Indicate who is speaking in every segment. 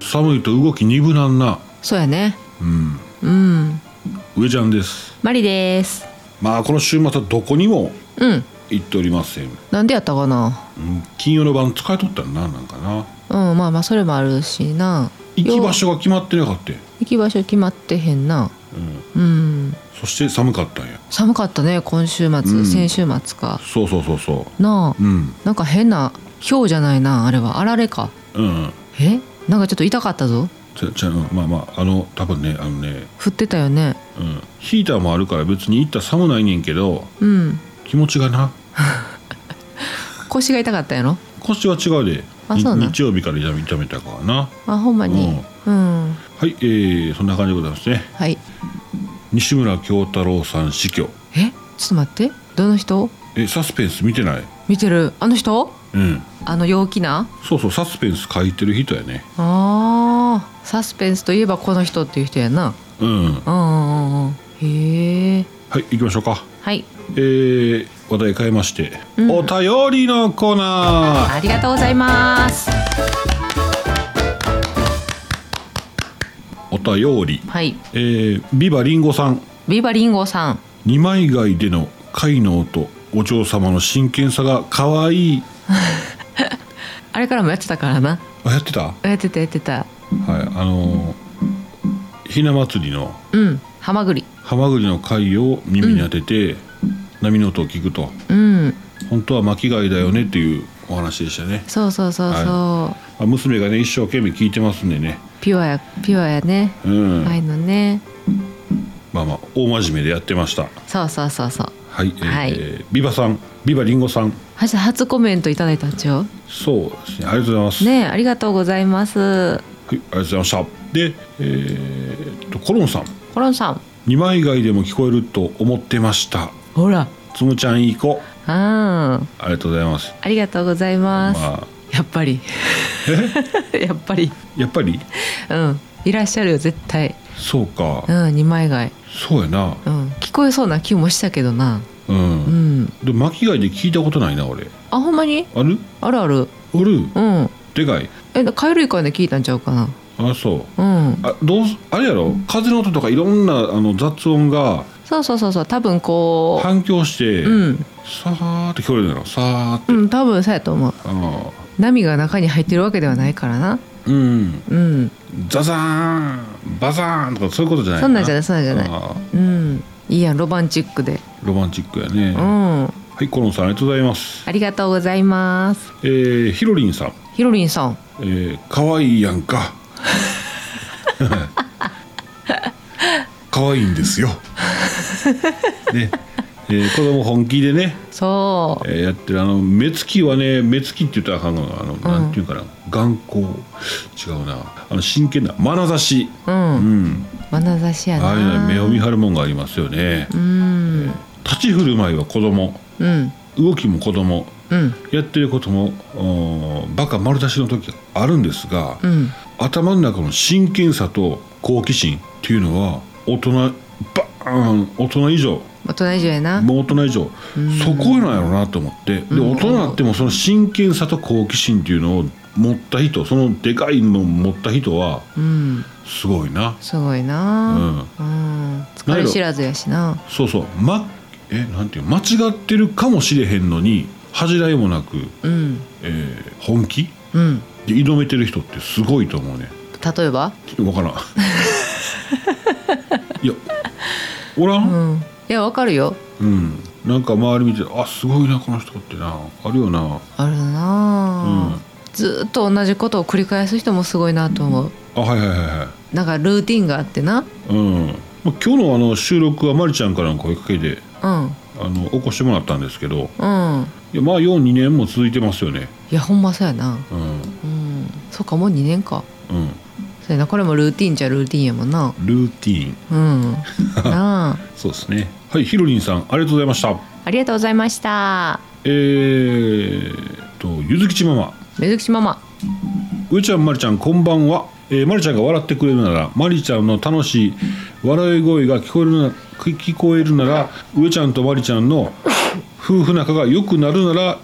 Speaker 1: 寒いと動き鈍なんな
Speaker 2: そうやね
Speaker 1: うん
Speaker 2: うん
Speaker 1: 上ちゃんです
Speaker 2: マリです
Speaker 1: まあこの週末はどこにも
Speaker 2: うん
Speaker 1: 行っておりません、
Speaker 2: なんでやったかな
Speaker 1: うん、金曜の晩使いとったよななんかな
Speaker 2: うんまあまあそれもあるしな
Speaker 1: 行き場
Speaker 2: よ
Speaker 1: 所が決まってなかったよ、
Speaker 2: う行き場所決まってへんな
Speaker 1: うん、
Speaker 2: うん
Speaker 1: そして寒かったんや
Speaker 2: 寒かったね今週末、
Speaker 1: うん
Speaker 2: 先週末か
Speaker 1: そうそうそうそ
Speaker 2: なあ
Speaker 1: ううん
Speaker 2: なんか変な氷じゃないなあれはあられか
Speaker 1: うん
Speaker 2: えなんかちょっと痛かったぞ
Speaker 1: ちゃちゃうんまあまああの多分ねあのね、
Speaker 2: 降ってたよね
Speaker 1: うん、ヒーターもあるから別に行ったら寒ないねんけど
Speaker 2: うん
Speaker 1: 気持ちがな
Speaker 2: 腰が痛かったやろ
Speaker 1: 腰は違うで
Speaker 2: あ
Speaker 1: に
Speaker 2: そうなん
Speaker 1: 日曜日から痛め痛めたからな
Speaker 2: あほんまにうん
Speaker 1: はい、えー、そんな感じでございますね
Speaker 2: はい
Speaker 1: 西村京太郎さん死去
Speaker 2: えちょっと待ってどの人
Speaker 1: えサスペンス見てない
Speaker 2: 見てるあの人
Speaker 1: うん
Speaker 2: あの陽気な
Speaker 1: そうそうサスペンス書いてる人やね
Speaker 2: あーサスペンスといえばこの人っていう人やな
Speaker 1: うん
Speaker 2: うんうんうんうんへえ
Speaker 1: はい行きましょうか
Speaker 2: はい
Speaker 1: えー、話題変えまして、
Speaker 2: うん
Speaker 1: お便りのコーナー
Speaker 2: ありがとうございます
Speaker 1: お便り
Speaker 2: はい
Speaker 1: えー、ビバリンゴさん
Speaker 2: ビバリンゴさん
Speaker 1: 二枚貝での貝の音お嬢様の真剣さが可愛い
Speaker 2: あれからもやってたからな
Speaker 1: あやってたはい
Speaker 2: やってたやってた
Speaker 1: あのー、ひな祭りの
Speaker 2: うんハマグリ
Speaker 1: ハマグリの貝を耳に当てて、波の音を聞くと
Speaker 2: うん
Speaker 1: 本当は巻き貝だよねっていうお話でしたね
Speaker 2: そうそうそうそう、
Speaker 1: あ娘がね一生懸命聞いてますんでね
Speaker 2: ピュアやピュアやね
Speaker 1: うん、
Speaker 2: 愛のね
Speaker 1: まあまあ大真面目でやってました
Speaker 2: そうそうそうそう
Speaker 1: はい、えー
Speaker 2: はい
Speaker 1: ビバさんビバリンゴさん
Speaker 2: はじ初コメントいただいたんちよ
Speaker 1: そうですねありがとうございます、
Speaker 2: ねえありがとうございます
Speaker 1: はい、ありがとうございましたでえーっとコロンさん
Speaker 2: コロンさん
Speaker 1: 二枚貝でも聞こえると思ってました
Speaker 2: ほら
Speaker 1: つむちゃんいい子
Speaker 2: あー
Speaker 1: ありがとうございます
Speaker 2: ありがとうございます、
Speaker 1: まあ
Speaker 2: やっぱり やっぱり
Speaker 1: やっぱり
Speaker 2: うんいらっしゃるよ絶対
Speaker 1: そうか、
Speaker 2: うん二枚貝
Speaker 1: そうやな
Speaker 2: うん聞こえそうな気もしたけどな
Speaker 1: うん、
Speaker 2: うん
Speaker 1: で巻き貝で聞いたことないな俺
Speaker 2: あほんまに
Speaker 1: ある
Speaker 2: あるある
Speaker 1: ある
Speaker 2: うん
Speaker 1: でかい
Speaker 2: えカエルイカで聞いたんちゃうかな
Speaker 1: あそう
Speaker 2: うん
Speaker 1: あどうすあれやろ風の音とかいろんなあの雑音が
Speaker 2: そうそうそうそう多分こ
Speaker 1: 反響して、
Speaker 2: ううん
Speaker 1: さーって聞こえるのよさーって、
Speaker 2: うん多分そうやと思う
Speaker 1: あ
Speaker 2: 波が中に入ってるわけではないからな
Speaker 1: ーうん
Speaker 2: うん
Speaker 1: ザザーンバザーンとかそういうことじゃない
Speaker 2: そんなんじゃないいそんなんじゃない
Speaker 1: あー
Speaker 2: うんいいやんロマンチックで
Speaker 1: ロマンチックやね、
Speaker 2: う
Speaker 1: は
Speaker 2: んあ
Speaker 1: いコロンさんありがとうございます
Speaker 2: りがとうございます
Speaker 1: えー、ヒロリンさん
Speaker 2: ひろりんさん
Speaker 1: えー、かわいいやんか かわいいんですよね、えー、子供本気でね
Speaker 2: そ
Speaker 1: えーやってるあの目つきはね目つきって言ったらあかんのあの、なんていうかな眼光違うなあの真剣な眼差し
Speaker 2: うう
Speaker 1: うんん
Speaker 2: 眼差しや
Speaker 1: あ
Speaker 2: な
Speaker 1: あいうのは目を見張るもんがありますよね、
Speaker 2: うん
Speaker 1: 立ち振る舞いは子供
Speaker 2: うん
Speaker 1: 動きも子供
Speaker 2: うん
Speaker 1: やってることもおーバカ丸出しの時があるんですが、
Speaker 2: うん
Speaker 1: 頭の中の真剣さと好奇心っていうのは大人バーン大人以上
Speaker 2: 大人以上やな
Speaker 1: もう大人以上そこなんやろうなと思ってで
Speaker 2: うん
Speaker 1: 大人になってもその真剣さと好奇心っていうのを持った人そのでかいのを持った人は
Speaker 2: うん
Speaker 1: すごいな
Speaker 2: すごいなうん疲れ知らずやしな
Speaker 1: そうそう、ま、えなんていう間違ってるかもしれへんのに恥じらいもなく、
Speaker 2: うん
Speaker 1: えー本気
Speaker 2: うん
Speaker 1: で挑めてる人ってすごいと思うね
Speaker 2: 例えば
Speaker 1: 分 からんいやおら、
Speaker 2: うんんいやわかるよ
Speaker 1: うん、なんか周り見てあすごいなこの人ってなあるよな
Speaker 2: ある
Speaker 1: う
Speaker 2: なあ
Speaker 1: ん
Speaker 2: ずっと同じことを繰り返す人もすごいなと思う
Speaker 1: あはいはいはいはい
Speaker 2: なんかルーティンがあってな
Speaker 1: うん、まあ今日のあの収録はまりちゃんからの声かけで
Speaker 2: うん
Speaker 1: あの起こしてもらったんですけど
Speaker 2: うん
Speaker 1: いやまあ42年も続いてますよね
Speaker 2: いやほんまそうやな
Speaker 1: うん、
Speaker 2: うんそうかもう2年か
Speaker 1: う、
Speaker 2: そうやなこれもルーティンじゃルーティンやもんなん
Speaker 1: ルーティーン
Speaker 2: うん なあ
Speaker 1: そうですねはいひろりんさんありがとうございました
Speaker 2: ありがとうございました
Speaker 1: えー、とゆずきちママ
Speaker 2: 水口ママ
Speaker 1: うーちゃんまりちゃんこんばんは、えー、まりちゃんが笑ってくれるならまりちゃんの楽しい笑い声が聞こえるな聞聞こえるならうーちゃんとまりちゃんの夫婦仲が良くなるなら、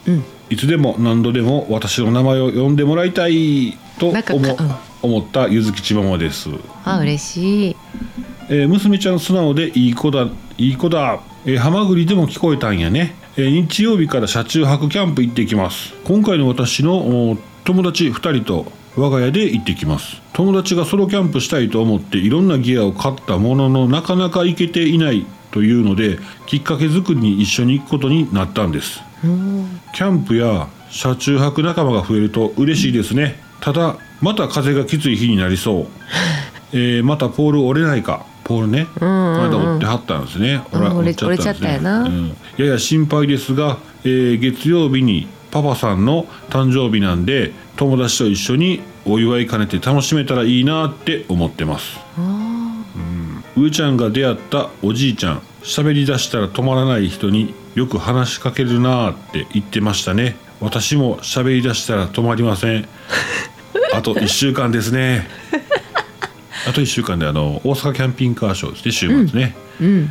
Speaker 1: いつでも何度でも私の名前を呼んでもらいたいと思,、
Speaker 2: なんかかうん
Speaker 1: 思ったゆずきちままです、
Speaker 2: あ嬉しい
Speaker 1: えー娘ちゃん素直でいい子だいい子だ、えー、ハマグリでも聞こえたんやね、えー日曜日から車中泊キャンプ行ってきます今回の私のお友達2人と我が家で行ってきます友達がソロキャンプしたいと思っていろんなギアを買ったもののなかなか行けていないというのできっかけ作りに一緒に行くことになったんですキャンプや車中泊仲間が増えると嬉しいですねただまた風がきつい日になり そう、えーまたポール折れないかポールね、この間折ってはったんですね折ら
Speaker 2: うん折
Speaker 1: 折っちゃったん
Speaker 2: れ
Speaker 1: ですね
Speaker 2: 折れちゃったやな
Speaker 1: うんやや心配ですが、えー月曜日にパパさんの誕生日なんで友達と一緒にお祝い兼ねて楽しめたらいいなって思ってます上ちゃんが出会ったおじいちゃん喋り出したら止まらない人によく話しかけるなーって言ってましたね私も喋り出したら止まりませんあと1週間ですねあと1週間であの大阪キャンピングカーショーですね週末ね、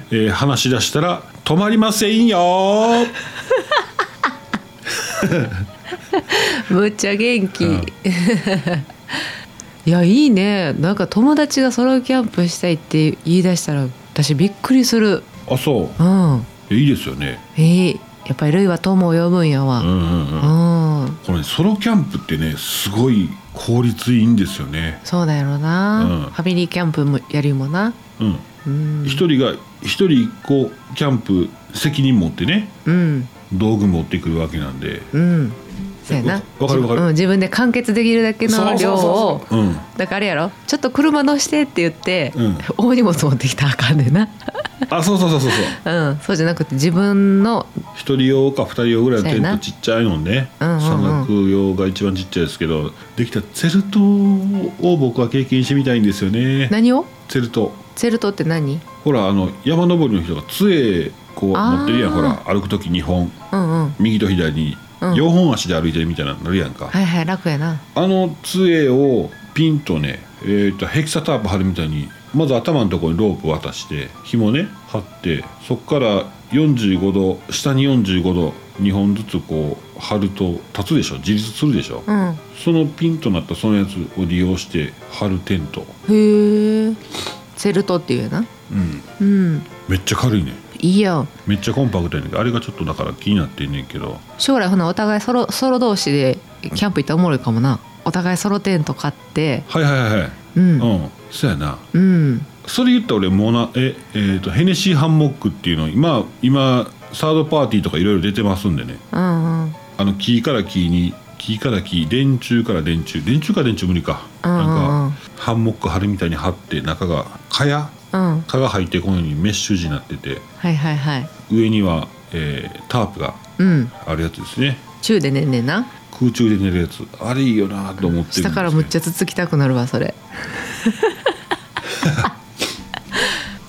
Speaker 1: えー話し出したら止まりませんよー
Speaker 2: むっちゃ元気、
Speaker 1: うん
Speaker 2: いやいいねなんか友達がソロキャンプしたいって言い出したら私びっくりする
Speaker 1: あそう
Speaker 2: うん
Speaker 1: いやいいですよね
Speaker 2: いいやっぱりルイは友を呼ぶんや
Speaker 1: うん
Speaker 2: わ
Speaker 1: うんうん
Speaker 2: うん、
Speaker 1: これねソロキャンプってねすごい効率いいんですよね
Speaker 2: そうだよな、
Speaker 1: うん
Speaker 2: ファミリーキャンプもやるもな
Speaker 1: うん
Speaker 2: うん
Speaker 1: 一人が一人一個キャンプ責任持ってね
Speaker 2: うん
Speaker 1: 道具持ってくるわけなんで
Speaker 2: うんそうやな
Speaker 1: わかるわかる
Speaker 2: うん、自分で完結できるだけの量を
Speaker 1: うん
Speaker 2: だからあれやろちょっと車乗してって言って、
Speaker 1: うん
Speaker 2: 大荷物持ってきたらあかんでな
Speaker 1: あそうそうそうそうそう
Speaker 2: うんそうじゃなくて自分の
Speaker 1: 一人用か二人用ぐらいのテ
Speaker 2: そうや
Speaker 1: ン
Speaker 2: な
Speaker 1: トちっちゃいのね
Speaker 2: うんうんうん
Speaker 1: 山岳用が一番ちっちゃいですけどできたツェルトを僕は経験してみたいんですよね
Speaker 2: 何を
Speaker 1: ツェルト
Speaker 2: セルトって何
Speaker 1: ほらあの山登りの人が杖こう
Speaker 2: あー
Speaker 1: 持ってるやんほら歩く時2本
Speaker 2: うんうん
Speaker 1: 右と左に
Speaker 2: うん
Speaker 1: 4本足で歩いてるみたいなのなるやんか、
Speaker 2: はいはい楽やな
Speaker 1: あの杖をピンとね、えー、とヘキサタープ貼るみたいにまず頭のところにロープ渡して紐ね貼ってそこから45度下に45度2本ずつこう貼ると立つでしょ自立するでしょ、
Speaker 2: うん
Speaker 1: そのピンとなったそのやつを利用して貼るテント、
Speaker 2: へえセルトっていうやな
Speaker 1: うん、
Speaker 2: うん
Speaker 1: めっちゃ軽いね
Speaker 2: いいやん
Speaker 1: めっちゃコンパクトやねんけどあれがちょっとだから気になってんねんけど
Speaker 2: 将来ほなお互いソロソロ同士でキャンプ行ったらおもろいかもなお互いソロテント買って
Speaker 1: はいはいはいはい
Speaker 2: うん
Speaker 1: うん、そやな
Speaker 2: うん
Speaker 1: それ言ったら俺モナえ、えー、とヘネシーハンモックっていうの今今サードパーティーとかいろいろ出てますんでね
Speaker 2: うんうん
Speaker 1: あの木から木に木から木電柱から電柱電柱から電柱無理か、
Speaker 2: うんうんうん
Speaker 1: なんかハンモック張るみたいに張って中が蚊や
Speaker 2: うん
Speaker 1: 蚊が入ってこのようにメッシュ地になってて
Speaker 2: はいはいはい
Speaker 1: 上には、えータープが
Speaker 2: うん
Speaker 1: あるやつですね
Speaker 2: 中で寝んねんな
Speaker 1: 空中で寝るやつあれいいよなと思ってるんですけど
Speaker 2: 下からむっちゃつつきたくなるわそれ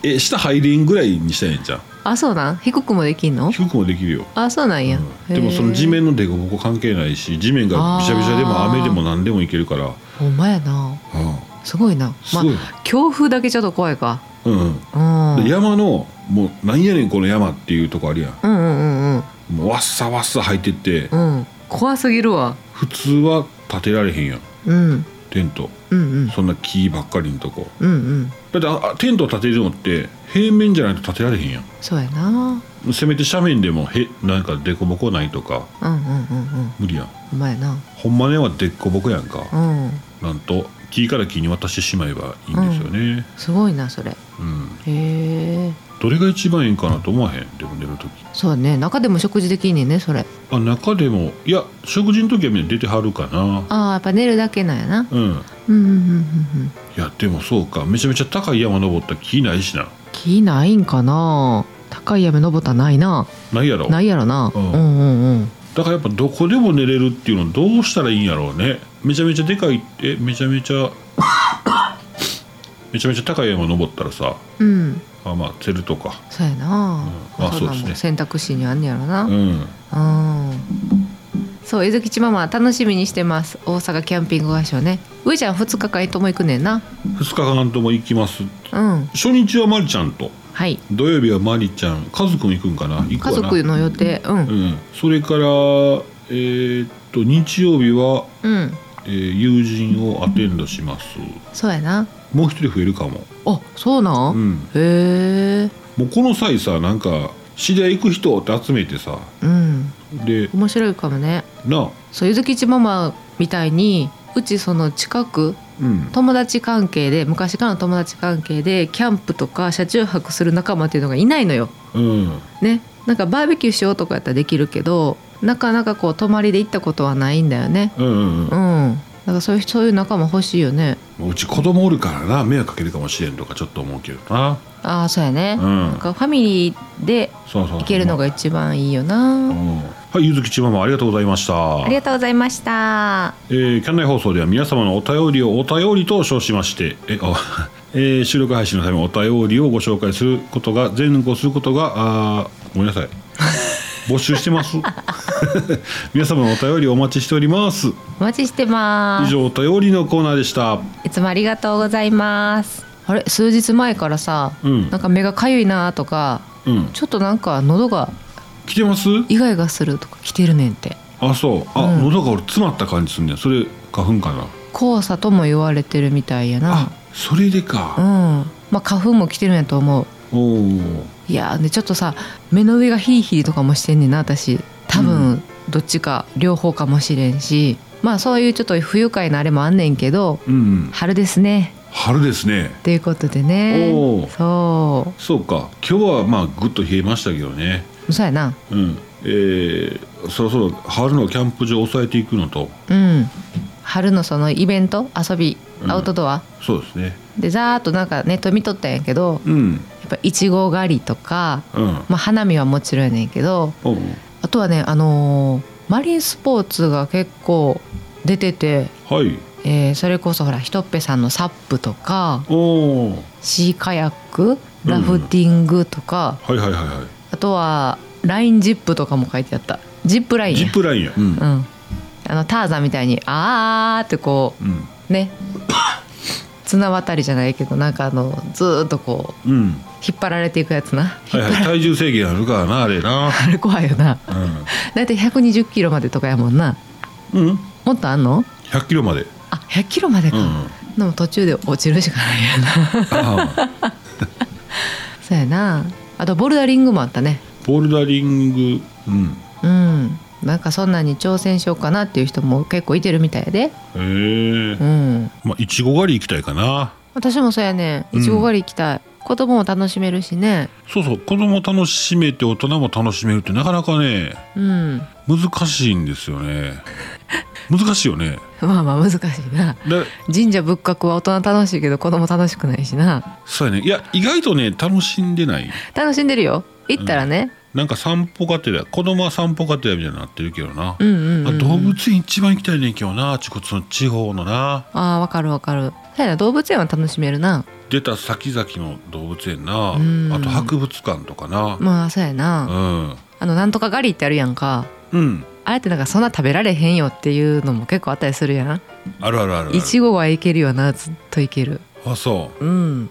Speaker 1: え下入れんぐらいにしたいんじゃん
Speaker 2: あそうなん低くもできんの
Speaker 1: 低くもできるよ
Speaker 2: あそうなんや、
Speaker 1: でもその地面の凸凹関係ないし地面がびしゃびしゃでも
Speaker 2: あー
Speaker 1: 雨でも何でもいけるから、
Speaker 2: ほんまやなすごいな
Speaker 1: すごい
Speaker 2: まあ強風だけちょっと怖いか
Speaker 1: うんうん
Speaker 2: うんう
Speaker 1: で
Speaker 2: ん
Speaker 1: 山のもうなんやねんこの山っていうとこあるやん
Speaker 2: うんうん
Speaker 1: もうわっさわっさ入ってって、
Speaker 2: うんうん怖すぎるわ
Speaker 1: 普通は建てられへんやん
Speaker 2: うん
Speaker 1: テント
Speaker 2: うんうん
Speaker 1: そんな木ばっかりのとこ
Speaker 2: うんうん
Speaker 1: だってああテント建てるのって平面じゃないと建てられへんやん
Speaker 2: そうやな
Speaker 1: せめて斜面でもへなんか凸凹ないとか
Speaker 2: うんうんうんうん
Speaker 1: 無理やん
Speaker 2: ほんまやな
Speaker 1: ほんまねは凸凹やんか、
Speaker 2: うん
Speaker 1: なんと木から木に渡してしまえばいいんですよね
Speaker 2: すごいなそれへ
Speaker 1: うん
Speaker 2: え
Speaker 1: どれが一番いいんかなと思わへんでも寝る時
Speaker 2: そうやね中でも食事できんねんねそれ
Speaker 1: あ中でもいや食事の時はみんな出てはるかな
Speaker 2: ああやっぱ寝るだけなんやな
Speaker 1: うん
Speaker 2: うんうんうんうんうん
Speaker 1: いやでもそうかめちゃめちゃ高い山登ったら木ないしな
Speaker 2: 木ないんかな高い山登ったらないな
Speaker 1: ないやろ
Speaker 2: ないやろな、
Speaker 1: う
Speaker 2: うんん、うんうん
Speaker 1: だからやっぱどこでも寝れるっていうのどうしたらいいんやろうねめちゃめちゃでかいえめちゃめちゃ めちゃめちゃ高い山登ったらさ
Speaker 2: うん
Speaker 1: あまあツェルとか
Speaker 2: そうやな、
Speaker 1: うんあ
Speaker 2: んなん
Speaker 1: そうですね
Speaker 2: も選択肢にあんねやろな
Speaker 1: う
Speaker 2: うんんそう江崎ちママ楽しみにしてます大阪キャンピング合唱ね上ちゃん2日間とも行くねんな
Speaker 1: 2日間とも行きます
Speaker 2: うん
Speaker 1: 初日はまりちゃんと
Speaker 2: はい
Speaker 1: 土曜日はまりちゃんカズくん行くんかな行くわ
Speaker 2: 家
Speaker 1: な
Speaker 2: 族の予定う
Speaker 1: うんん、それからえーっと日曜日は
Speaker 2: うん
Speaker 1: えー友人をアテンドします
Speaker 2: そうやな
Speaker 1: もう一人増えるかも
Speaker 2: あそうなん、
Speaker 1: うん
Speaker 2: へえ
Speaker 1: もうこの際さなんか知り合い行く人って集めてさ
Speaker 2: うん
Speaker 1: で
Speaker 2: 面白いかもね
Speaker 1: なあ
Speaker 2: そうゆずきちママみたいにうちその近く
Speaker 1: うん
Speaker 2: 友達関係で昔からの友達関係でキャンプとか車中泊する仲間っていうのがいないのよ。
Speaker 1: うん
Speaker 2: ね、なんかバーベキューしようとかやったらできるけどなかなかこう泊まりで行ったことはないんだよね。
Speaker 1: うんうん
Speaker 2: うん、だからそういうそういう仲間欲しいよね。
Speaker 1: うんうち子供おるからな迷惑かけるかもしれんとかちょっと思うけどな
Speaker 2: ああそうやね、
Speaker 1: うん
Speaker 2: なんかファミリーで
Speaker 1: そうそうそう
Speaker 2: 行けるのが一番いいよ
Speaker 1: う
Speaker 2: な。
Speaker 1: んはいゆずきちママありがとうございました
Speaker 2: ありがとうございました。
Speaker 1: えー、キャンナイ放送では皆様のお便りをお便りと称しまして、え、あ、 えー収録配信のためお便りをご紹介することが、全国することが、あーごめんなさい。 募集してます。 皆様のお便りをお待ちしております。
Speaker 2: お待ちしてま
Speaker 1: 以
Speaker 2: す。
Speaker 1: 上、お便りのコーナーでした。
Speaker 2: いつもありがとうございます。あれ数日前からさ、
Speaker 1: うん
Speaker 2: なんか目がかゆいなとか
Speaker 1: うん。
Speaker 2: ちょっとなんか喉が
Speaker 1: 来てます
Speaker 2: イガイガするとか来てるねんって
Speaker 1: あ、そう。あ、
Speaker 2: うん
Speaker 1: 喉が俺詰まった感じすんねんそれ、花粉かな。
Speaker 2: 黄砂とも言われてるみたいや
Speaker 1: あ
Speaker 2: な、
Speaker 1: それで
Speaker 2: うん
Speaker 1: か。
Speaker 2: まあ花粉も来てるんやと思う
Speaker 1: おお。
Speaker 2: いやーでちょっとさ目の上がヒリヒリとかもしてんねんな私多
Speaker 1: う
Speaker 2: 分どっちか両方かもしれんしまあそういうちょっと不愉快なあれもあんねんけど
Speaker 1: うんうん。
Speaker 2: 春ですね
Speaker 1: 春ですね。
Speaker 2: ということでね
Speaker 1: おー
Speaker 2: そ
Speaker 1: そうか。今日はまあ、ぐっと冷えましたけどね。
Speaker 2: うそうやな
Speaker 1: うんえーそろそろ春のキャンプ場を抑えていくのと
Speaker 2: うん春のそのイベント遊びアウトドア、
Speaker 1: そうですね
Speaker 2: でざーっとなんかネット見とったんやけど、
Speaker 1: うん
Speaker 2: やっぱいちご狩りとか、
Speaker 1: うん
Speaker 2: まあ、花見はもちろんやねんけど
Speaker 1: おう
Speaker 2: あとはね、あのーマリンスポーツが結構出てて、
Speaker 1: はい
Speaker 2: えーそれこそほらひとっぺさんのサップとか
Speaker 1: おお
Speaker 2: シーカヤック
Speaker 1: うん
Speaker 2: ラフティングとか、
Speaker 1: はいはいはいは
Speaker 2: あとはラインジップとかも書いてあったジップライ
Speaker 1: い
Speaker 2: ン
Speaker 1: ジ
Speaker 2: や
Speaker 1: ッ、プラインやうん
Speaker 2: う、ん、あのターザンみたいに「あー」ってこ
Speaker 1: うん
Speaker 2: う ね綱渡りじゃないけどなんかあのずーっとこう
Speaker 1: うん
Speaker 2: 引っ張られていくやつな
Speaker 1: はいはい、体重制限あるからなあれな、
Speaker 2: あれ怖いよな。だいたい120キロまでとかやもんな
Speaker 1: うん、うん、
Speaker 2: もっとあんの
Speaker 1: 100キロまで、
Speaker 2: あ100キロまで
Speaker 1: う
Speaker 2: か、
Speaker 1: ん、あ
Speaker 2: でも途中で落ちるしかない やな
Speaker 1: あ
Speaker 2: そうやなあとボルダリングもあったね
Speaker 1: ボルダリング、うん、
Speaker 2: うんなんかそんなんに挑戦しようかなっていう人も結構いてるみたいやで
Speaker 1: ええ
Speaker 2: うん
Speaker 1: まあいちご狩り行きたいかな
Speaker 2: 私もそうやね
Speaker 1: うん
Speaker 2: いちご狩り行きたい、子供も楽しめるしね
Speaker 1: そうそう子供楽しめて大人も楽しめるってなかなかね
Speaker 2: うん
Speaker 1: 難しいんですよね難しいよね
Speaker 2: まあまあ難しいな
Speaker 1: で
Speaker 2: 神社仏閣は大人楽しいけど子供楽しくないしな
Speaker 1: そうやねいや意外とね楽しんでない
Speaker 2: 楽しんでるよ行ったらね、
Speaker 1: なんか散歩がてら子供は散歩がてらみたいになってるけどな、
Speaker 2: うん、うんうん、うん、
Speaker 1: あ動物園一番行きたいねんけどなちこっちの地方のな
Speaker 2: あーわかるわかるそうやな動物園は楽しめるな
Speaker 1: 出た先々の動物園な、
Speaker 2: うん
Speaker 1: あと博物館とかな
Speaker 2: まあそうやな、
Speaker 1: うん
Speaker 2: あのなんとか狩りってあるやんか
Speaker 1: うん
Speaker 2: あれってなんかそんな食べられへんよっていうのも結構あったりするやん
Speaker 1: あるあるあるある
Speaker 2: いちごはいけるよなずっといける
Speaker 1: あそ
Speaker 2: うん
Speaker 1: う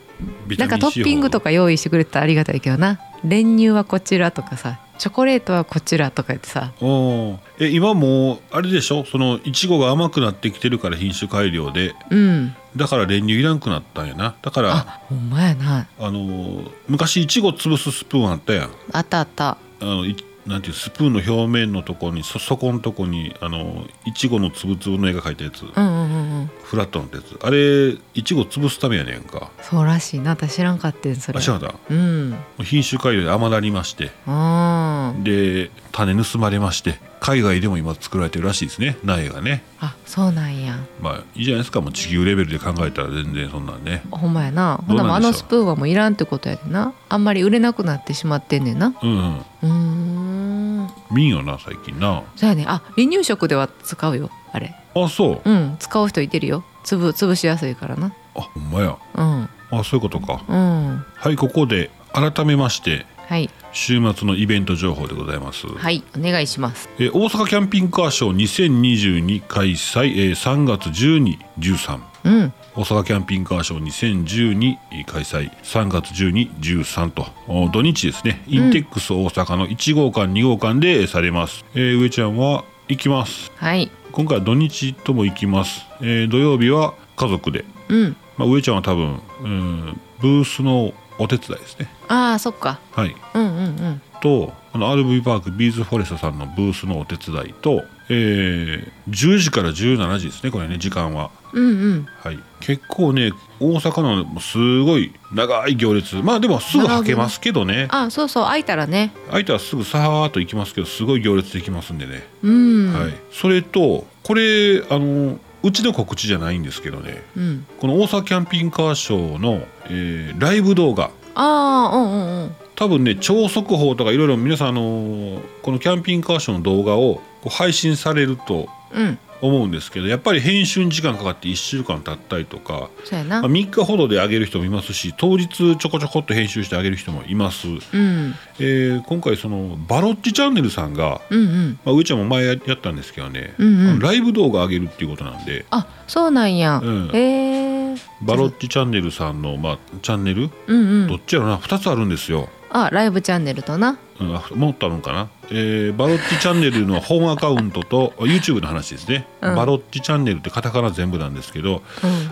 Speaker 1: ビ
Speaker 2: なんかトッピングと
Speaker 1: か
Speaker 2: か用意してくれたらありがたいけどな練乳はこちらとかさチョコレートはこちらとか言ってさ
Speaker 1: おーえ今もうあれでしょそのいちごが甘くなってきてるから品種改良で
Speaker 2: うん
Speaker 1: だから練乳いらんくなったんやなだから
Speaker 2: あほんまやな
Speaker 1: あのー昔いちご潰すスプーンあったやん
Speaker 2: あったあった
Speaker 1: あのいなんていうスプーンの表面のところにそ底のとこにあのいちごのつぶつぶの絵が描いたやつ、
Speaker 2: うんうんうんうん
Speaker 1: フラットのやつあれいちご潰すためやねんか
Speaker 2: そうらしいな私知らんかってんそれ
Speaker 1: あ知らんかっ
Speaker 2: うん
Speaker 1: た品種改良で甘なりまして
Speaker 2: あー
Speaker 1: で種盗まれまして海外でも今作られてるらしいですね苗がね
Speaker 2: あそうなんや
Speaker 1: まあいいじゃないですかもう地球レベルで考えたら全然そんなんね
Speaker 2: ほんまやな
Speaker 1: ど
Speaker 2: ほ
Speaker 1: うなんでしょうん
Speaker 2: なもうあのスプーンはもういらんってことやでなあんまり売れなくなってしまってんねんな
Speaker 1: うん、うん、
Speaker 2: うーん
Speaker 1: 見んよな最近な
Speaker 2: そうやねあ離乳食では使うよあれ
Speaker 1: あそう
Speaker 2: うん使う人いてるよ粒潰しやすいからな
Speaker 1: あほんまや
Speaker 2: うん
Speaker 1: あそういうことか
Speaker 2: うん
Speaker 1: はいここで改めまして
Speaker 2: はい
Speaker 1: 週末のイベント情報でございます、
Speaker 2: はいお願いします
Speaker 1: えー大阪キャンピングカーショー2022開催、えー3月1213
Speaker 2: うん
Speaker 1: 大阪キャンピングカーショー2012開催3月1213とお土日ですねインテックス大阪の1号館2号館でえーされます、えー上ちゃんは行きます
Speaker 2: はい
Speaker 1: 今回は土日とも行きます、えー土曜日は家族で、
Speaker 2: うん
Speaker 1: まあ、上ちゃんは多分うんブースのお手伝いですね
Speaker 2: ああそっか
Speaker 1: はい
Speaker 2: うんうんうん
Speaker 1: とあの RV パークビーズフォレストさんのブースのお手伝いと、えー10時から17時ですねこれね時間は
Speaker 2: うんうん
Speaker 1: はい、結構ね大阪なのですごい長い行列まあでもすぐ履けますけどね
Speaker 2: あそうそう空いたらね
Speaker 1: 相手はすぐさーっと行きますけどすごい行列できますんでね、
Speaker 2: うん、
Speaker 1: はい、それとこれあのうちの告知じゃないんですけどね
Speaker 2: うん
Speaker 1: この大阪キャンピングカーショーの、えーライブ動画
Speaker 2: ああうんうんうん
Speaker 1: 多分ね超速報とかいろいろ皆さん、あのーこのキャンピングカーショーの動画をこう配信されると
Speaker 2: うん
Speaker 1: 思うんですけどやっぱり編集に時間かかって1週間経ったりとか
Speaker 2: そうやな
Speaker 1: まあ、3日ほどで上げる人もいますし当日ちょこちょこっと編集して上げる人もいます、
Speaker 2: うん
Speaker 1: えー今回そのバロッチチャンネルさんが、
Speaker 2: うんうん
Speaker 1: まあ、うーちゃんも前やったんですけどね、
Speaker 2: うんうん
Speaker 1: あのライブ動画上げるっていうことなんで
Speaker 2: あそうなんや、
Speaker 1: うん
Speaker 2: へえ
Speaker 1: バロッチチャンネルさんの、まあ、チャンネル、
Speaker 2: うんう
Speaker 1: ど
Speaker 2: ん
Speaker 1: っちやろな2つあるんですよ、
Speaker 2: あライブチャンネルとな
Speaker 1: うん、あもっとあるんかな、えーバロッチチャンネルの本アカウントと YouTube の話ですね、
Speaker 2: うん
Speaker 1: バロッチチャンネルってカタカナ全部なんですけど
Speaker 2: うん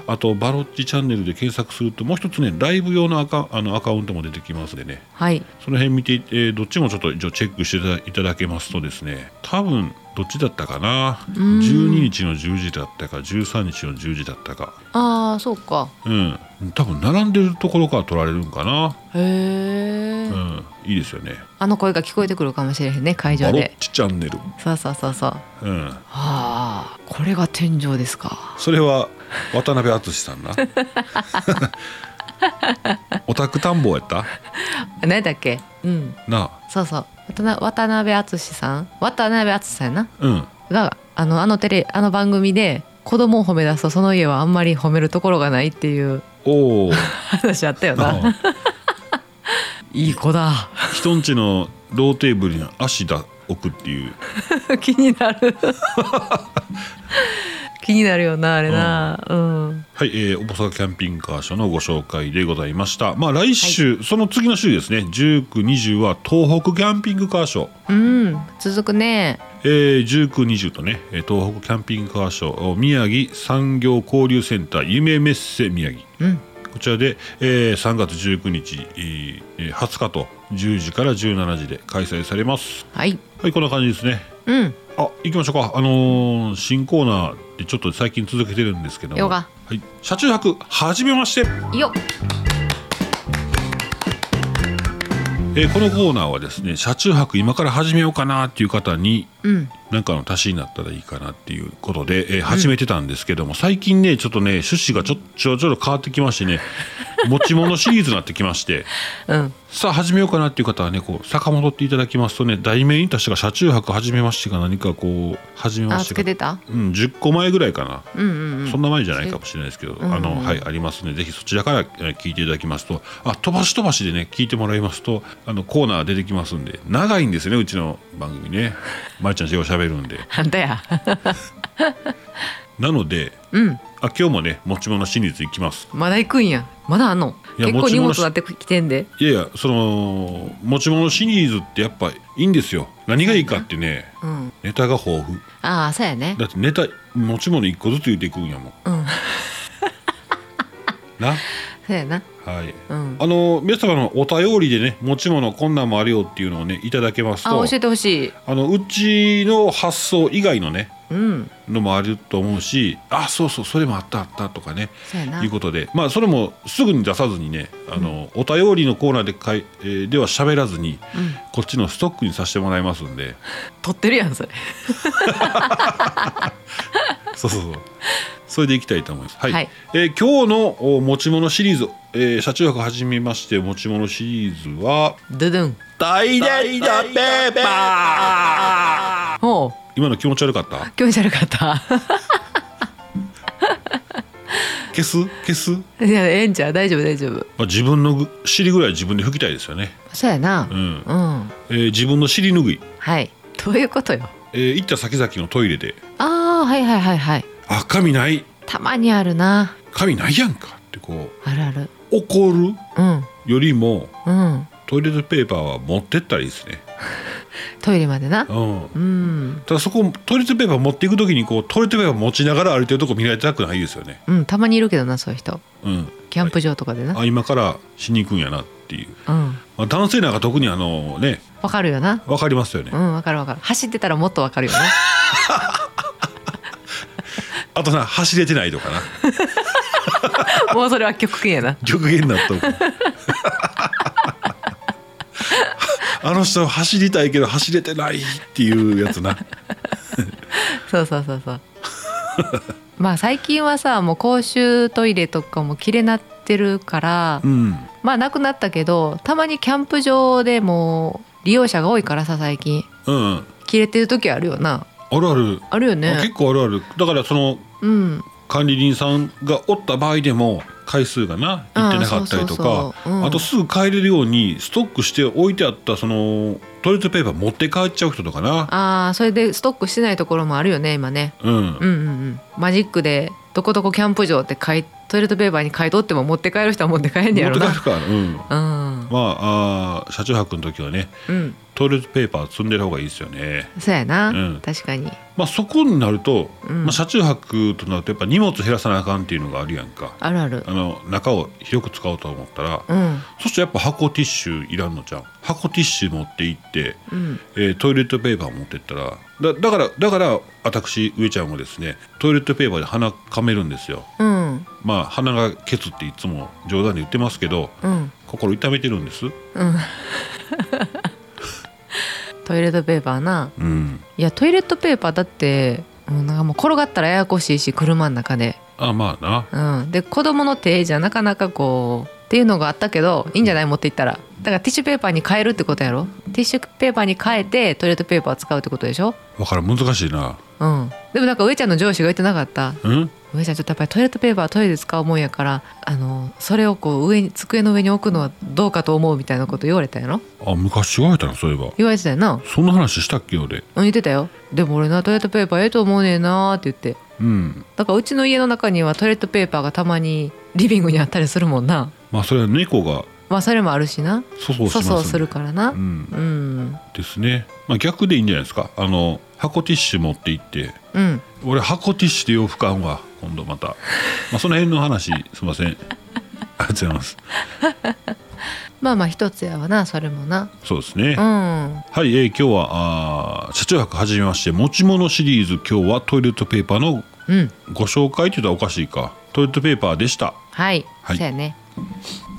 Speaker 1: あとバロッチチャンネルで検索するともう一つねライブ用のアカあのアカウントも出てきますんでね
Speaker 2: はい
Speaker 1: その辺見て、えーどっちもちょっと一応チェックしていただいただけますとですね多分どっちだったかな
Speaker 2: うん
Speaker 1: 12日の10時だったか13日の10時だったか
Speaker 2: ああそうか
Speaker 1: うん多分並んでるところから取られるんかな、
Speaker 2: へえ、
Speaker 1: うん、いいですよね
Speaker 2: あの声が聞こえてくるかもしれへんね会場
Speaker 1: バロ
Speaker 2: で
Speaker 1: ッチチャンネル、
Speaker 2: そうそうそうそう
Speaker 1: うん、
Speaker 2: ああこれが天井ですか
Speaker 1: それは渡辺淳さんなオタク探訪やった
Speaker 2: 何だっけうん
Speaker 1: な
Speaker 2: そうそう渡辺渡辺篤さん渡辺篤さんやな
Speaker 1: あうん
Speaker 2: があのあのテレあの番組で子供を褒め出すとその家はあんまり褒めるところがないっていう
Speaker 1: おお
Speaker 2: 話あったよないい子だ
Speaker 1: 人んちのローテーブルに足だ置くっていう
Speaker 2: 気になる 気になるよなあれなうん
Speaker 1: はい、えー、大阪キャンピングカーショーのご紹介でございました。まあ来週、その次の週ですね、19、20は東北キャンピングカーショー、
Speaker 2: うん、続くね
Speaker 1: えー、19、20とね、えー東北キャンピングカーショー、宮城産業交流センター夢メッセ宮城。
Speaker 2: うん
Speaker 1: こちらで、えー3月19日、えー20日と10時から17時で開催されます。
Speaker 2: はい
Speaker 1: はい、こんな感じですね。
Speaker 2: うん
Speaker 1: あ、行きましょうか。あのー新コーナーでちょっと最近続けてるんですけども。
Speaker 2: よ
Speaker 1: は
Speaker 2: が
Speaker 1: い、車中泊、はじめまして。
Speaker 2: よ
Speaker 1: えーこのコーナーはですね車中泊今から始めようかなっていう方に
Speaker 2: うん
Speaker 1: 何かの足しになったらいいかなっていうことで、えー始めてたんですけども、最近ねちょっとね趣旨がちょちょちょっと変わってきまして ね持ち物シリーズになってきまして
Speaker 2: うん
Speaker 1: さあ始めようかなっていう方はねこう遡っていただきますとね題名に達したが車中泊始めましてか何かこう始めま
Speaker 2: あ
Speaker 1: し
Speaker 2: つ
Speaker 1: て
Speaker 2: け
Speaker 1: か
Speaker 2: てた
Speaker 1: うん、10個前ぐらいかな、
Speaker 2: うんうんうん
Speaker 1: そんな前じゃないかもしれないですけど、あのはいありますのでぜひそちらからえー聞いていただきますとあ飛ばし飛ばしでね聞いてもらいますとあのコーナー出てきますんで長いんですよねうちの番組 ねまいちゃんよう喋るんで
Speaker 2: あんたや
Speaker 1: なので
Speaker 2: うん
Speaker 1: あ今日もね持ち物シリーズいきます
Speaker 2: まだ行くんやまだあんの
Speaker 1: いや
Speaker 2: 結
Speaker 1: 持
Speaker 2: 構
Speaker 1: ち
Speaker 2: 荷
Speaker 1: 物
Speaker 2: 物
Speaker 1: し
Speaker 2: なってきてんで
Speaker 1: いやいやその持ち物シリーズってやっぱいいんですよ何がいいかってね
Speaker 2: うん
Speaker 1: ネタが豊富
Speaker 2: ああそうやね
Speaker 1: だってネタ持ち物一個ずつ言っていくんやもん
Speaker 2: うん
Speaker 1: な
Speaker 2: そうやな
Speaker 1: はい
Speaker 2: うん
Speaker 1: あの皆様のお便りでね持ち物こんなんもあるよっていうのをねいただけます
Speaker 2: あ
Speaker 1: と
Speaker 2: 教えてほしい
Speaker 1: あのうちの発想以外のね
Speaker 2: うん
Speaker 1: のもあると思うしあそうそうそれもあったあったとかね
Speaker 2: そうやな
Speaker 1: いうことでまあそれもすぐに出さずにねあの、お便りのコーナーでかい、えーでは喋らずに、こっちのストックにさせてもらいますん で
Speaker 2: 取ってるやんそれ
Speaker 1: そうそうそうそれでいきたいと思います。はい、
Speaker 2: はい
Speaker 1: えー今日のお持ち物シリーズ、えー車中泊始めまして持ち物シリーズは
Speaker 2: ドゥドゥン
Speaker 1: 大々だペーパー
Speaker 2: ほう
Speaker 1: 今の気持ち悪かった
Speaker 2: 気持ち悪かった
Speaker 1: 消す消す、ま
Speaker 2: いやええんちゃう大丈夫大丈夫
Speaker 1: あ、自分のぐ尻ぐらい自分で拭きたいですよね
Speaker 2: そうやな
Speaker 1: うん
Speaker 2: うん
Speaker 1: えー自分の尻拭い、
Speaker 2: はいどういうことよ
Speaker 1: えー行った先々のトイレで
Speaker 2: ああはいはいはいはい
Speaker 1: 「あ髪ない
Speaker 2: たまにあるな
Speaker 1: 髪ないやんか」ってこ
Speaker 2: あるある
Speaker 1: う怒る
Speaker 2: うん
Speaker 1: よりも
Speaker 2: うん
Speaker 1: トイレットペーパーは持ってったらいいですね
Speaker 2: トイレまでな
Speaker 1: うん
Speaker 2: うん、
Speaker 1: ただそこトイレットペーパー持っていく時にこうトイレットペーパー持ちながら歩いてるとこ見られたくないですよね
Speaker 2: うん、たまにいるけどなそういう人
Speaker 1: うん
Speaker 2: キャンプ場とかでな、
Speaker 1: あ今からしに行くんやなっていう、
Speaker 2: うん
Speaker 1: まあ、男性なんか特にあのね
Speaker 2: わかるよな
Speaker 1: 分かりますよね
Speaker 2: うんわかるわかる走ってたらもっとわかるよな
Speaker 1: あとさ走れてないとかな
Speaker 2: もうそれは極限やな
Speaker 1: 極限なと思うあの人走りたいけど走れてないっていうやつな
Speaker 2: そうそうそうそう まあ最近はさもう公衆トイレとかもきれなってるから
Speaker 1: うん
Speaker 2: まあなくなったけどたまにキャンプ場でも利用者が多いからさ最近
Speaker 1: うん
Speaker 2: 切れてる時あるよな
Speaker 1: あるある、
Speaker 2: あるよ
Speaker 1: あ
Speaker 2: ね
Speaker 1: 結構あるあるだからその
Speaker 2: うん
Speaker 1: 管理人さんがおった場合でも回数がな行ってなかったりと
Speaker 2: あーそう
Speaker 1: か
Speaker 2: そうそううん
Speaker 1: あとすぐ帰れるようにストックして置いてあったそのトイレットペーパー持って帰っちゃう人とかな
Speaker 2: ああそれでストックしてないところもあるよね今ね
Speaker 1: うん
Speaker 2: うんうんうんマジックで「どこどこキャンプ場」って書いトイレットペーパーに書いとっても持って帰る人は持って帰んね
Speaker 1: 持
Speaker 2: や
Speaker 1: っ
Speaker 2: ろ
Speaker 1: て帰
Speaker 2: な
Speaker 1: るからうん
Speaker 2: うん
Speaker 1: まああー車中泊の時はね
Speaker 2: うん
Speaker 1: トイレットペーパー積んでる方がいいですよね
Speaker 2: そうやな、
Speaker 1: うん
Speaker 2: 確かに
Speaker 1: まあそこになると、
Speaker 2: うん
Speaker 1: まあ、車中泊となるとやっぱ荷物減らさなあかんっていうのがあるやんか
Speaker 2: あるある
Speaker 1: あの中を広く使おうと思ったら、
Speaker 2: うん
Speaker 1: そしてやっぱ箱ティッシュいらんのじゃん箱ティッシュ持って行って
Speaker 2: うん
Speaker 1: えートイレットペーパー持ってったらだだからだから私上ちゃんもですねトイレットペーパーで鼻かめるんですよ
Speaker 2: うん
Speaker 1: まあ鼻がケツっていつも冗談で言ってますけど
Speaker 2: うん
Speaker 1: 心痛めてるんです
Speaker 2: トイレットペーパーな
Speaker 1: うん
Speaker 2: いやトイレットペーパーだってもうなんかもう転がったらややこしいし車の中で、
Speaker 1: あまあな
Speaker 2: うん、で子供の手じゃなかなかこうっていうのがあったけどいいんじゃない持っていったらだからティッシュペーパーに変えるってことやろティッシュペーパーに変えてトイレットペーパーを使うってことでしょ
Speaker 1: わからん難しいな
Speaker 2: うん、でもなんか上ちゃんの上司が言ってなかった
Speaker 1: うん
Speaker 2: 上ちゃんちょっとやっぱりトイレットペーパーはトイレで使うもんやからあのそれをこう上に机の上に置くのはどうかと思うみたいなこと言われたんやろ
Speaker 1: あ昔言われたなそういえば
Speaker 2: 言われてたよな
Speaker 1: そんな話したっけ俺
Speaker 2: うん言ってたよでも俺なトイレットペーパーええと思うねんなーって言って
Speaker 1: うん
Speaker 2: だからうちの家の中にはトイレットペーパーがたまにリビングにあったりするもんな
Speaker 1: まあそれは猫が
Speaker 2: まあそれもあるしな
Speaker 1: 粗相し
Speaker 2: そ
Speaker 1: ま
Speaker 2: う
Speaker 1: す
Speaker 2: そううするからな
Speaker 1: う
Speaker 2: うんん
Speaker 1: ですねまあ逆でいいんじゃないですかあの箱ティッシュ持って行って
Speaker 2: うん
Speaker 1: 俺箱ティッシュで洋服買うんわ今度また、まあ、その辺の話 すいませんありがとうございます
Speaker 2: まあまあ一つやわなそれもな
Speaker 1: そうですね、
Speaker 2: うん
Speaker 1: はい、えー今日はあー車中泊はじめまして持ち物シリーズ今日はトイレットペーパーの
Speaker 2: うん
Speaker 1: ご紹介というとはおかしいかトイレットペーパーでした
Speaker 2: はい、
Speaker 1: はい
Speaker 2: そうやね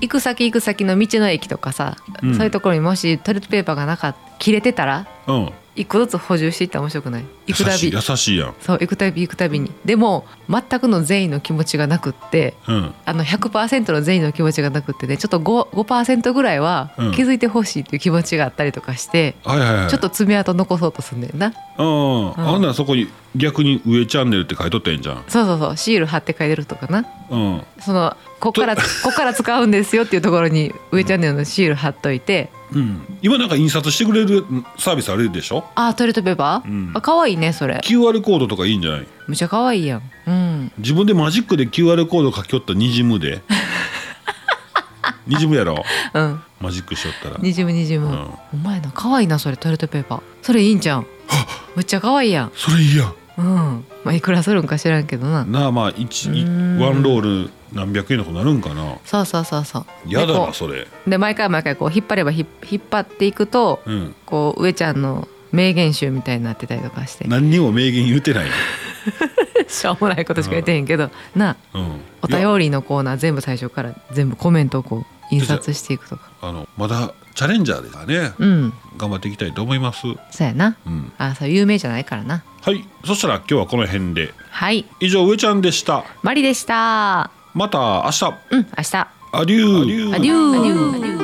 Speaker 2: 行く先行く先の道の駅とかさ、
Speaker 1: うん
Speaker 2: そういうところにもしトイレットペーパーがなかっ切れてたら
Speaker 1: うん
Speaker 2: 一個ずつ補充していったら面白くない
Speaker 1: 優
Speaker 2: 行くた
Speaker 1: しい
Speaker 2: び
Speaker 1: 優しいやん
Speaker 2: そう行くたび行くたびにでも全くの善意の気持ちがなくって
Speaker 1: うん
Speaker 2: あの100%の善意の気持ちがなくってねちょっと 5%, 5ぐらいは
Speaker 1: うん
Speaker 2: 気づいてほしいっていう気持ちがあったりとかして、
Speaker 1: はいはいはい
Speaker 2: ちょっと爪痕残そうとすんだよな
Speaker 1: うん
Speaker 2: ん
Speaker 1: あんならそこに逆に「上チャンネル」って書いとったらええんじゃん
Speaker 2: そうそうそうシール貼って書いてるとかな
Speaker 1: うん
Speaker 2: そのこっから こっから使うんですよっていうところに上チャンネルのシール貼っといて
Speaker 1: うん、今なんか印刷してくれるサービスあるでしょ
Speaker 2: あートイレットペーパー、
Speaker 1: うん
Speaker 2: あ可愛いねそれ
Speaker 1: QR コードとかいいんじゃない
Speaker 2: むちゃ可愛いやんうん
Speaker 1: 自分でマジックで QR コード書きよったにじむでにじむやろ
Speaker 2: うん
Speaker 1: マジックしよったら
Speaker 2: にじむにじむ、
Speaker 1: うん
Speaker 2: お前な可愛いなそれトイレットペーパーそれいいんじゃんむっちゃ可愛いやん
Speaker 1: それいいやん
Speaker 2: うんまあいくらするんか知らんけどな
Speaker 1: なあまあ一一
Speaker 2: うーん
Speaker 1: ワンロール何百円のとなるんかな
Speaker 2: そうそうそうそう
Speaker 1: やだ
Speaker 2: でこ
Speaker 1: なそれ
Speaker 2: うで毎回毎回こう引っ張ればひ引っ張っていくと
Speaker 1: うん
Speaker 2: こう上ちゃんの名言集みたいになってたりとかして
Speaker 1: 何にも名言言うてない、
Speaker 2: しょうもないことしか言ってへんけどな
Speaker 1: うん、
Speaker 2: お
Speaker 1: いや
Speaker 2: 便りのコーナー全部最初から全部コメントをこう印刷していくとか
Speaker 1: あのまだチャレンジャーですからね、
Speaker 2: うん
Speaker 1: 頑張っていきたいと思います、
Speaker 2: そうやな
Speaker 1: うん、
Speaker 2: あそう有名じゃないからな
Speaker 1: はいそしたら今日はこの辺で
Speaker 2: はい
Speaker 1: 以上上ちゃんでした
Speaker 2: マリでした
Speaker 1: また明日
Speaker 2: うん明日
Speaker 1: アデューアデュ
Speaker 2: アデュー